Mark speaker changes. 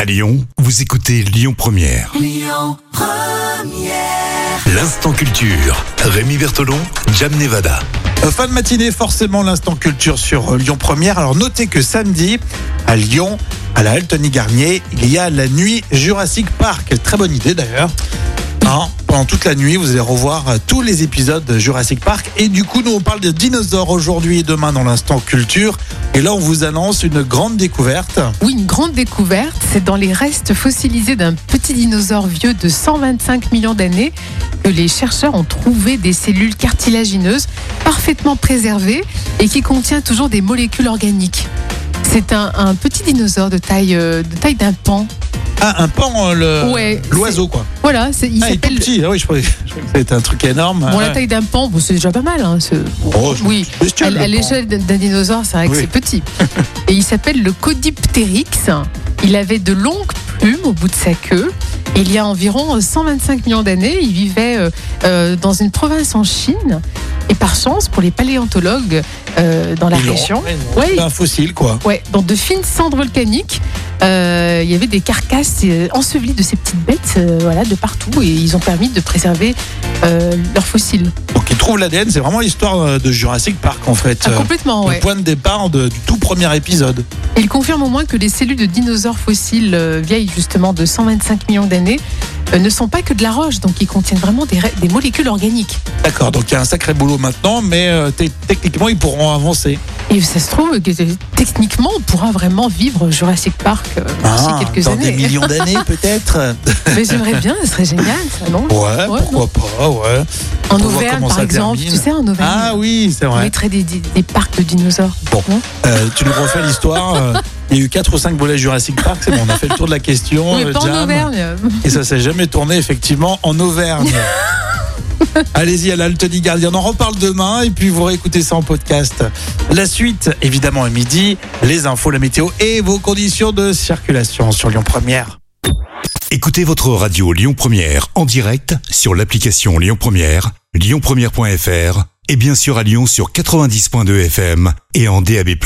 Speaker 1: À Lyon, vous écoutez Lyon Première. L'instant culture. Rémi Bertolon, Jam Nevada.
Speaker 2: Fin de matinée, forcément l'instant culture sur euh, Lyon Première. Alors notez que samedi, à Lyon, à la halle Tony Garnier, il y a la nuit Jurassic Park. Très bonne idée d'ailleurs. Hein, pendant toute la nuit, vous allez revoir euh, tous les épisodes de Jurassic Park. Et du coup, nous, on parle de dinosaures aujourd'hui et demain dans l'instant culture. Et là, on vous annonce une grande découverte.
Speaker 3: Oui, une grande découverte, c'est dans les restes fossilisés d'un petit dinosaure vieux de 125 millions d'années que les chercheurs ont trouvé des cellules cartilagineuses parfaitement préservées et qui contient toujours des molécules organiques. C'est un, un petit dinosaure de taille euh, de taille d'un pan.
Speaker 2: Ah, un pan, euh, le-
Speaker 3: Ouais,
Speaker 2: l'oiseau, quoi.
Speaker 3: Voilà, c'est- il
Speaker 2: Ah, il est tout
Speaker 3: s'appelle.
Speaker 2: petit. Ah oui, je croyais, je croyais que c'était un truc énorme.
Speaker 3: Bon,
Speaker 2: Ah,
Speaker 3: la taille d'un pan, bon, c'est déjà pas mal. hein, c'est-
Speaker 2: Oh, je-
Speaker 3: oui.
Speaker 2: je tiens
Speaker 3: À,
Speaker 2: le
Speaker 3: à
Speaker 2: pan.
Speaker 3: l'échelle d'un d'un dinosaure, c'est vrai que
Speaker 2: Oui.
Speaker 3: c'est petit. Et il s'appelle le Codiptérix. Il avait de longues plumes au bout de sa queue. Il y a environ 125 millions d'années, il vivait euh, euh, dans une province en Chine. Et par chance, pour les paléontologues euh, dans la
Speaker 2: Ils l'ont-
Speaker 3: région,
Speaker 2: Ouais,
Speaker 3: Ouais.
Speaker 2: C'est un fossile, quoi.
Speaker 3: ouais, dans de fines cendres volcaniques, euh, il y avait des carcasses euh, ensevelies de ces petites bêtes euh, voilà, de partout. Et ils ont permis de préserver euh, leurs fossiles.
Speaker 2: Donc, ils trouvent l'ADN. C'est vraiment l'histoire euh, de Jurassic Park, en fait.
Speaker 3: Ah,
Speaker 2: Euh,
Speaker 3: complètement,
Speaker 2: le
Speaker 3: ouais.
Speaker 2: point de départ de- du tout premier épisode.
Speaker 3: Il confirme au moins que les cellules de dinosaures fossiles euh, vieilles justement de 125 millions d'années euh, ne sont pas que de la roche, donc ils contiennent vraiment des, ra- des molécules organiques.
Speaker 2: D'accord, donc il y a un sacré boulot maintenant, mais euh, te- techniquement, ils pourront avancer.
Speaker 3: Et ça se trouve que euh, techniquement, on pourra vraiment vivre Jurassic Park euh,
Speaker 2: Ah,
Speaker 3: d'ici quelques
Speaker 2: dans des
Speaker 3: années.
Speaker 2: millions d'années, peut-être
Speaker 3: Mais j'aimerais bien, ce serait génial, ça, non
Speaker 2: Ouais,
Speaker 3: Ouais,
Speaker 2: pourquoi pas, ouais.
Speaker 3: En
Speaker 2: On voit
Speaker 3: Auvergne,
Speaker 2: comment
Speaker 3: par
Speaker 2: ça
Speaker 3: exemple,
Speaker 2: termine.
Speaker 3: tu sais, en Auvergne,
Speaker 2: Ah oui, c'est
Speaker 3: on
Speaker 2: vrai.
Speaker 3: mettrait des, des- des parcs de dinosaures.
Speaker 2: Euh, tu nous refais l'histoire. euh, Il y a eu 4 ou 5 volets Jurassic Park, c'est bon, on a fait le tour de la question.
Speaker 3: Mais
Speaker 2: euh,
Speaker 3: pas en
Speaker 2: Jam.
Speaker 3: Auvergne.
Speaker 2: Et ça s'est jamais tourné effectivement en Auvergne. Allez-y à l'Altony Gardien. On en reparle demain et puis vous réécoutez ça en podcast. La suite, évidemment, à midi. Les infos, la météo et vos conditions de circulation sur Lyon Première.
Speaker 1: Écoutez votre radio Lyon Première en direct sur l'application Lyon Première, lyonpremière.fr et bien sûr à Lyon sur 90.2 FM et en DAB+.